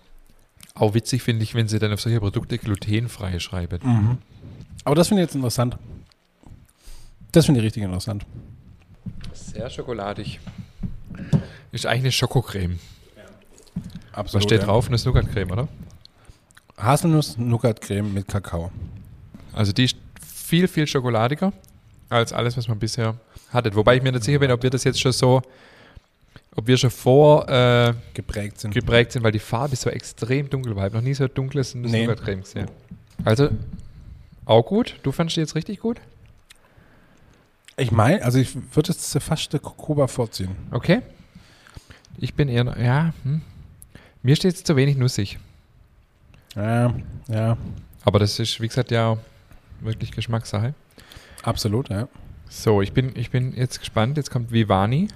Auch witzig finde ich, wenn sie dann auf solche Produkte glutenfrei schreiben. Mhm. Aber das finde ich jetzt interessant. Das finde ich richtig interessant. Sehr schokoladig. Ist eigentlich eine Schokocreme. Was Absolut. steht ja. drauf? Eine Nougat-Creme, oder? Haselnuss Nougat Creme mit Kakao. Also die ist viel, viel schokoladiger als alles, was man bisher hatte. Wobei ich mir nicht sicher bin, ob wir das jetzt schon so, ob wir schon vor äh, Geprägt sind. geprägt sind, weil die Farbe ist so extrem dunkel war. Ich habe noch nie so dunkles Nee. Nougat-Creme gesehen. Also, auch gut. Du fandst die jetzt richtig gut? ich meine, also ich würde jetzt fast der Kokoba vorziehen. Okay. Ich bin eher, ja, hm. Mir steht es zu wenig nussig. Ja, ja, Aber das ist, wie gesagt, ja wirklich Geschmackssache. absolut, ja. So, ich bin, ich bin jetzt gespannt. Jetzt kommt Vivani.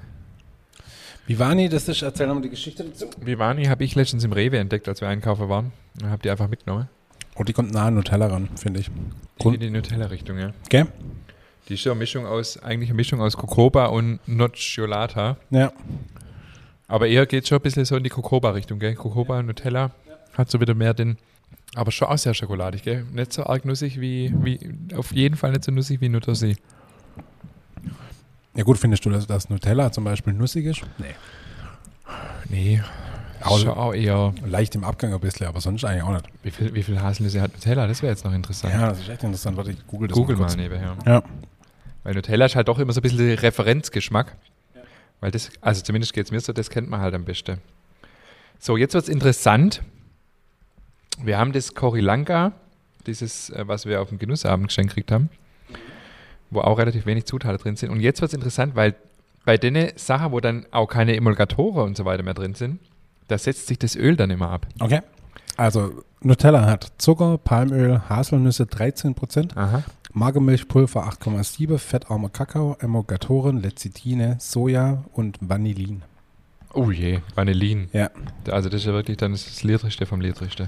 Vivani, das ist, erzähl nochmal die Geschichte dazu. Vivani habe ich letztens im Rewe entdeckt, als wir einkaufen waren. Und habe die einfach mitgenommen. Oh, die kommt nah an Nutella ran, finde ich. In die Nutella-Richtung, ja. Gell? Die ist ja eine Mischung aus, eigentlich eine Mischung aus Cocoba und Nocciolata. Ja. Aber eher geht schon ein bisschen so in die Cocoba-Richtung, gell? Cocoba und Nutella hat so wieder mehr den, aber schon auch sehr schokoladig, gell? Nicht so arg nussig wie, wie auf jeden Fall nicht so nussig wie Nuttersi. Ja gut, findest du, dass, dass Nutella zum Beispiel nussig ist? Nee, Au- schon auch eher, Leicht im Abgang ein bisschen, aber sonst eigentlich auch nicht. wie viel, wie viel Haselnüsse hat Nutella? Das wäre jetzt noch interessant. Ja, das ist echt interessant. Warte, ich google das Google mal kurz. mal nebenher. Ja. Weil Nutella ist halt doch immer so ein bisschen der Referenzgeschmack. Weil das, also zumindest geht es mir so, das kennt man halt am besten. So, jetzt wird es interessant. Wir haben das Korilanka, dieses, äh, was wir auf dem Genussabend geschenkt gekriegt haben, wo auch relativ wenig Zutaten drin sind. Und jetzt wird es interessant, weil bei den Sachen, wo dann auch keine Emulgatoren und so weiter mehr drin sind, da setzt sich das Öl dann immer ab. Okay. Also Nutella hat Zucker, Palmöl, Haselnüsse 13%, Aha. Magermilchpulver 8,7, fettarmer Kakao, Emulgatoren, Lecithine, Soja und Vanillin. Oh je, Vanillin. Ja. Also das ist ja wirklich dann das Lehrtrichte vom <laughs> Lehrtrichte.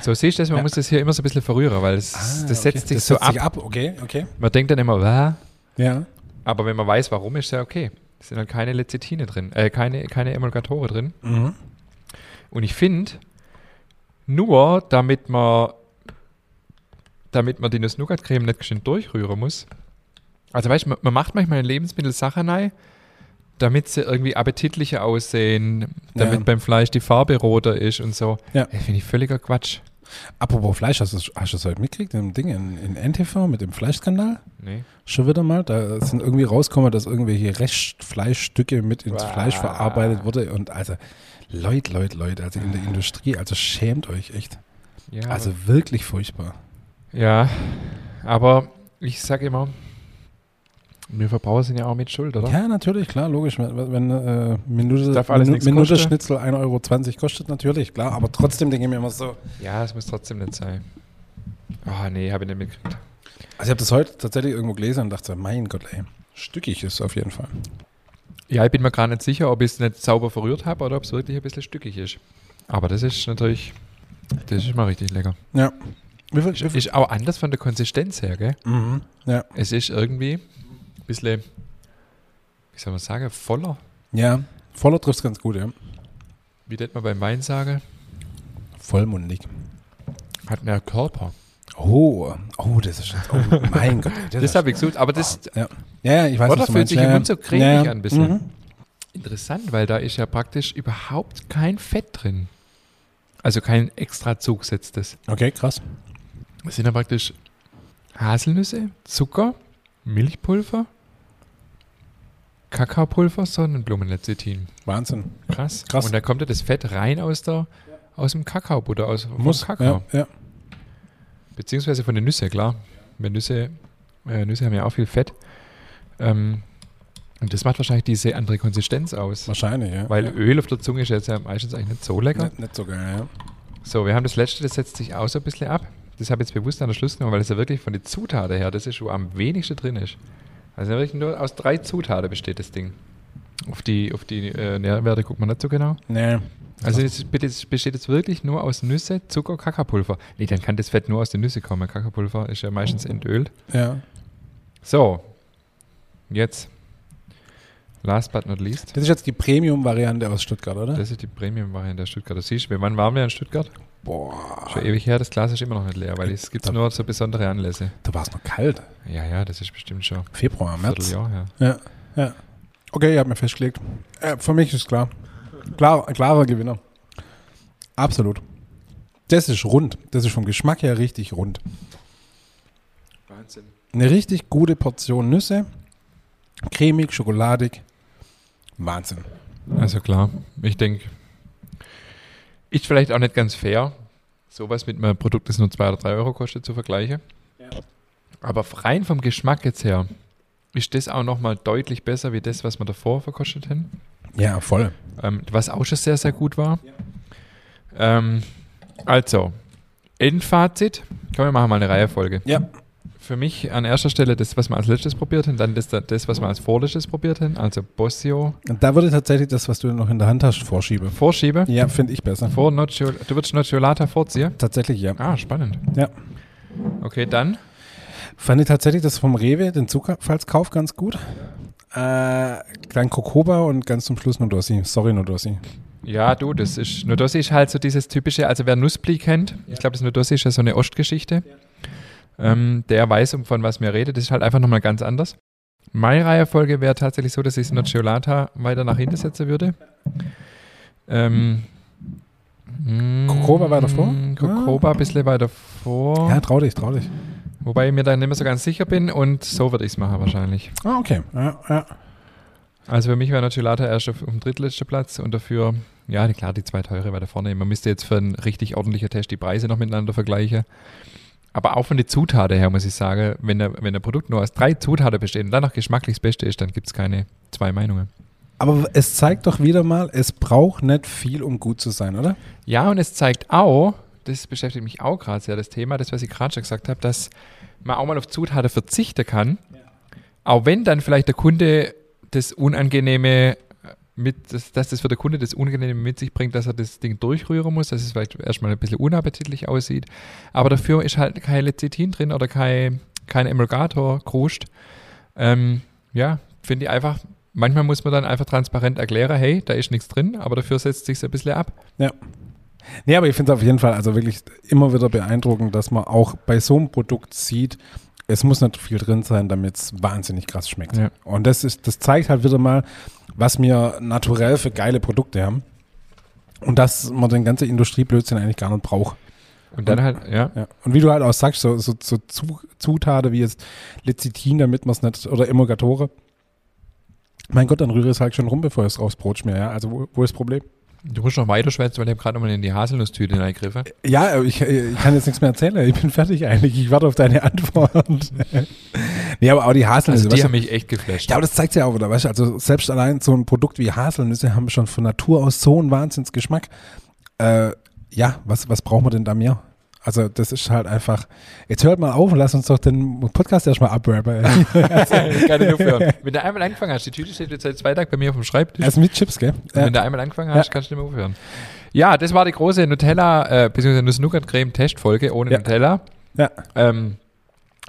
so siehst du das, man Ja. muss das hier immer so ein bisschen verrühren, weil es, Ah, das setzt sich so ab. Okay, okay. Man denkt dann immer, "Wah?" Ja. aber wenn man weiß, warum, ist ja okay. Es sind dann keine Lecithine drin, äh, keine, keine Emulgatoren drin. Mhm. Und ich finde, nur damit man, damit man die Nuss-Nougat-Creme nicht geschwind durchrühren muss. Also weißt du, man, man macht manchmal in Lebensmittel Sachen rein, damit sie irgendwie appetitlicher aussehen, damit Ja. beim Fleisch die Farbe roter ist und so. Ja. Ey, Finde ich völliger Quatsch. Apropos Fleisch, hast du hast du es heute mitgekriegt im Ding in, in NTV mit dem Fleischskandal? Nee. Schon wieder mal, da sind irgendwie rausgekommen, dass irgendwelche Restfleischstücke mit ins Wow. Fleisch verarbeitet wurde und also Leute, Leute, Leute, also in der Industrie, also schämt euch echt. Ja, Also wirklich furchtbar. aber, ja, aber ich sag immer, wir Verbraucher sind ja auch mit Schuld, oder? Ja, natürlich, klar, logisch. Wenn, wenn äh, Minute, Darf alles Minu nichts Minute kosten. Schnitzel 1,20 Euro kostet, natürlich, klar, aber trotzdem denke ich mir immer so. Ja, es muss trotzdem nicht sein. Ah, nee, habe ich nicht mitgekriegt. Also ich habe das heute tatsächlich irgendwo gelesen und dachte, so, mein Gott, ey, stückig ist auf jeden Fall. Ja, ich bin mir gerade nicht sicher, ob ich es nicht sauber verrührt habe oder ob es wirklich ein bisschen stückig ist. Aber das ist natürlich, das ist mal richtig lecker. Ja. Wie viel? Wie viel? Ist auch anders von der Konsistenz her, gell? Mhm. Ja. Es ist irgendwie ein bisschen, wie soll man sagen, voller. ja, voller trifft es ganz gut, ja. Wie nennt man beim Wein sagen? Vollmundig. Hat mehr Körper. Oh, oh, das ist jetzt, oh, mein Gott. ey, <laughs> Das, ist- habe ich gesucht, aber das ist ja. ja, ja, ich weiß Oder was du fühlt meinst. sich ja, im ja. Mund so cremig ja, ja. an ein bisschen. Mhm. interessant, weil da ist ja praktisch überhaupt kein Fett drin. Also kein extra Zug setzt das. Okay, krass. Es sind ja praktisch Haselnüsse, Zucker, Milchpulver, Kakaopulver, Sonnenblumenlecithin. Wahnsinn. Krass. Krass. Und da kommt ja das Fett rein aus, der, aus dem Kakaobutter, aus vom Muss. Kakao. Ja, ja. Beziehungsweise von den Nüsse, klar. Wenn Nüsse, äh, Nüsse haben ja auch viel Fett. Ähm, und das macht wahrscheinlich diese andere Konsistenz aus. Wahrscheinlich, ja. Weil ja. Öl auf der Zunge ist jetzt ja meistens eigentlich nicht so lecker. Nicht, nicht so geil, ja. So, wir haben das letzte, das setzt sich auch so ein bisschen ab. Das habe ich jetzt bewusst an den Schluss genommen, weil das ja wirklich von den Zutaten her, das ist, wo am wenigsten drin ist. Also wirklich nur aus drei Zutaten besteht das Ding. Auf die, auf die äh, Nährwerte guckt man nicht so genau. Nee. Also es ist- es besteht jetzt wirklich nur aus Nüsse, Zucker, Kakaopulver. Nee, dann kann das Fett nur aus den Nüsse kommen. Kakaopulver ist ja meistens entölt. Ja. So, jetzt. Last but not least. Das ist jetzt die Premium-Variante aus Stuttgart, oder? Das ist die Premium-Variante der Stuttgarter. Siehst du, wann waren wir in Stuttgart? Boah, Schon ewig her, das Glas ist immer noch nicht leer, weil es gibt nur so besondere Anlässe. da war es noch kalt. Ja, ja, das ist bestimmt schon ein Februar, März. Vierteljahr her. Ja, ja. Okay, ich habe mir festgelegt. Äh, für mich ist klar. klar. Klarer Gewinner. Absolut. Das ist rund. Das ist vom Geschmack her richtig rund. Wahnsinn. Eine richtig gute Portion Nüsse. Cremig, schokoladig. Wahnsinn. Also klar, ich denke, ist vielleicht auch nicht ganz fair, sowas mit einem Produkt, das nur 2 oder 3 Euro kostet, zu vergleichen. Aber rein vom Geschmack jetzt her, ist das auch nochmal deutlich besser wie das, was wir davor verkostet haben. Ja, voll. Ähm, was auch schon sehr, sehr gut war. Ähm, also, Endfazit. Komm, wir machen mal eine Reihefolge. Ja. für mich an erster Stelle das, was wir als letztes probiert haben, dann das, das was wir als vorletztes probiert haben, also Bossio. Und da würde ich tatsächlich das, was du noch in der Hand hast, vorschieben. Vorschiebe. Ja, finde ich besser. Vor Nocio, du würdest Nociolata vorziehen? tatsächlich, ja. Ah, spannend. Ja. Okay, dann. Fand ich tatsächlich das vom Rewe, den Zufallskauf, ganz gut. Äh, dann Kokoba und ganz zum Schluss Nodossi. Sorry, Nodossi. Ja, du, das ist, Nudossi ist halt so dieses typische, also wer Nussbli kennt, ich glaube, das Nudossi ist ja so eine Ostgeschichte, ähm, der weiß, um von was mir redet, das ist halt einfach nochmal ganz anders. Meine Reihenfolge wäre tatsächlich so, dass ich Nocciolata weiter nach hinten setzen würde. Ähm, mm, Kokoba weiter vor? Kokoba ein bisschen weiter vor. Ja, trau dich, trau dich. Wobei ich mir da nicht mehr so ganz sicher bin und so würde ich es machen wahrscheinlich. Ah, okay. Ja, ja. Also für mich wäre Nocciolata erst auf dem drittletzten Platz und dafür, ja die- klar, die zwei teure weiter vorne. Man müsste jetzt für einen richtig ordentlichen Test die Preise noch miteinander vergleichen. Aber auch von den Zutaten her muss ich sagen, wenn der, wenn der Produkt nur aus drei Zutaten besteht und dann noch geschmacklich das Beste ist, dann gibt es keine zwei Meinungen. Aber es zeigt doch wieder mal, es braucht nicht viel, um gut zu sein, oder? Ja, und es zeigt auch, das beschäftigt mich auch gerade sehr, das Thema, das, was ich gerade schon gesagt habe, dass man auch mal auf Zutaten verzichten kann, auch wenn dann vielleicht der Kunde das Unangenehme äh, mit, dass, dass das für den Kunde das Unangenehme mit sich bringt, dass er das Ding durchrühren muss, dass es vielleicht erstmal ein bisschen unappetitlich aussieht, aber dafür ist halt kein Lecithin drin oder kein, kein Emulgator kruscht. Ähm, ja, finde ich einfach, manchmal muss man dann einfach transparent erklären, hey, da ist nichts drin, aber dafür setzt sich ein bisschen ab. Nee, aber ich finde es auf jeden Fall also wirklich immer wieder beeindruckend, dass man auch bei so einem Produkt sieht, es muss nicht viel drin sein, damit es wahnsinnig krass schmeckt. Ja. Und das, ist, das zeigt halt wieder mal, was wir naturell für geile Produkte haben. Und dass man den ganzen Industrieblödsinn eigentlich gar nicht braucht. Und dann halt, ja, Ja. Und wie du halt auch sagst, so, so, so Zu- Zutaten wie jetzt Lecithin, damit man es nicht, oder Emulgatore. Mein Gott, dann rühre ich es halt schon rum, bevor ich es aufs Brot schmier, ja. Also wo, wo ist das Problem? du musst noch weiter schwätzen, weil ich habe gerade nochmal in die Haselnusstüte hineingegriffen. Ja, ich, ich kann jetzt nichts mehr erzählen. Ich bin fertig eigentlich. Ich warte auf deine Antwort. <laughs> nee, aber auch die Haselnüsse. Also die weißt haben du, mich echt geflasht. ja, aber das zeigt ja auch wieder, weißt du, also selbst allein so ein Produkt wie Haselnüsse haben schon von Natur aus so einen Wahnsinnsgeschmack. Äh, ja, was, was brauchen wir denn da mehr? Also das ist halt einfach, jetzt hört mal auf und lass uns doch den Podcast erstmal abrappen. <laughs> <laughs> ich kann nicht aufhören. Wenn du einmal angefangen hast, die Tüte steht jetzt seit zwei Tagen bei mir auf dem Schreibtisch. also mit Chips, gell? Und Ja. Wenn du einmal angefangen hast, kannst du nicht mehr aufhören. Ja, das war die große Nutella, äh, beziehungsweise Nuss-Nougat-Creme-Testfolge ohne Ja. Nutella. Ja. Ähm,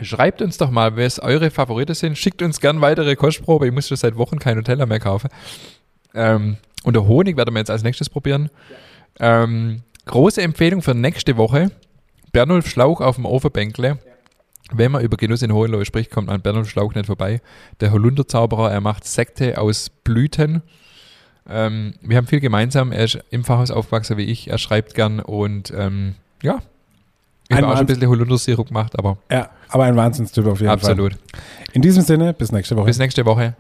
schreibt uns doch mal, wer es eure Favorite sind. Schickt uns gern weitere Kostprobe. Ich muss schon seit Wochen kein Nutella mehr kaufen. Ähm, und der Honig werden wir jetzt als nächstes probieren. Ähm, große Empfehlung für nächste Woche. Bernulf Schlauch auf dem Ofenbänkle. Wenn man über Genuss in Hohenlohe spricht, kommt an Bernulf Schlauch nicht vorbei. Der Holunderzauberer, er macht Sekte aus Blüten. Ähm, wir haben viel gemeinsam. Er ist im Fachhaus aufgewachsen wie ich. Er schreibt gern und ähm, ja. Ich habe Einmal auch schon ein ans- bisschen Holundersirup gemacht, aber ja, aber ein Wahnsinnstyp auf jeden Fall. absolut. In diesem Sinne, bis nächste Woche. Bis nächste Woche.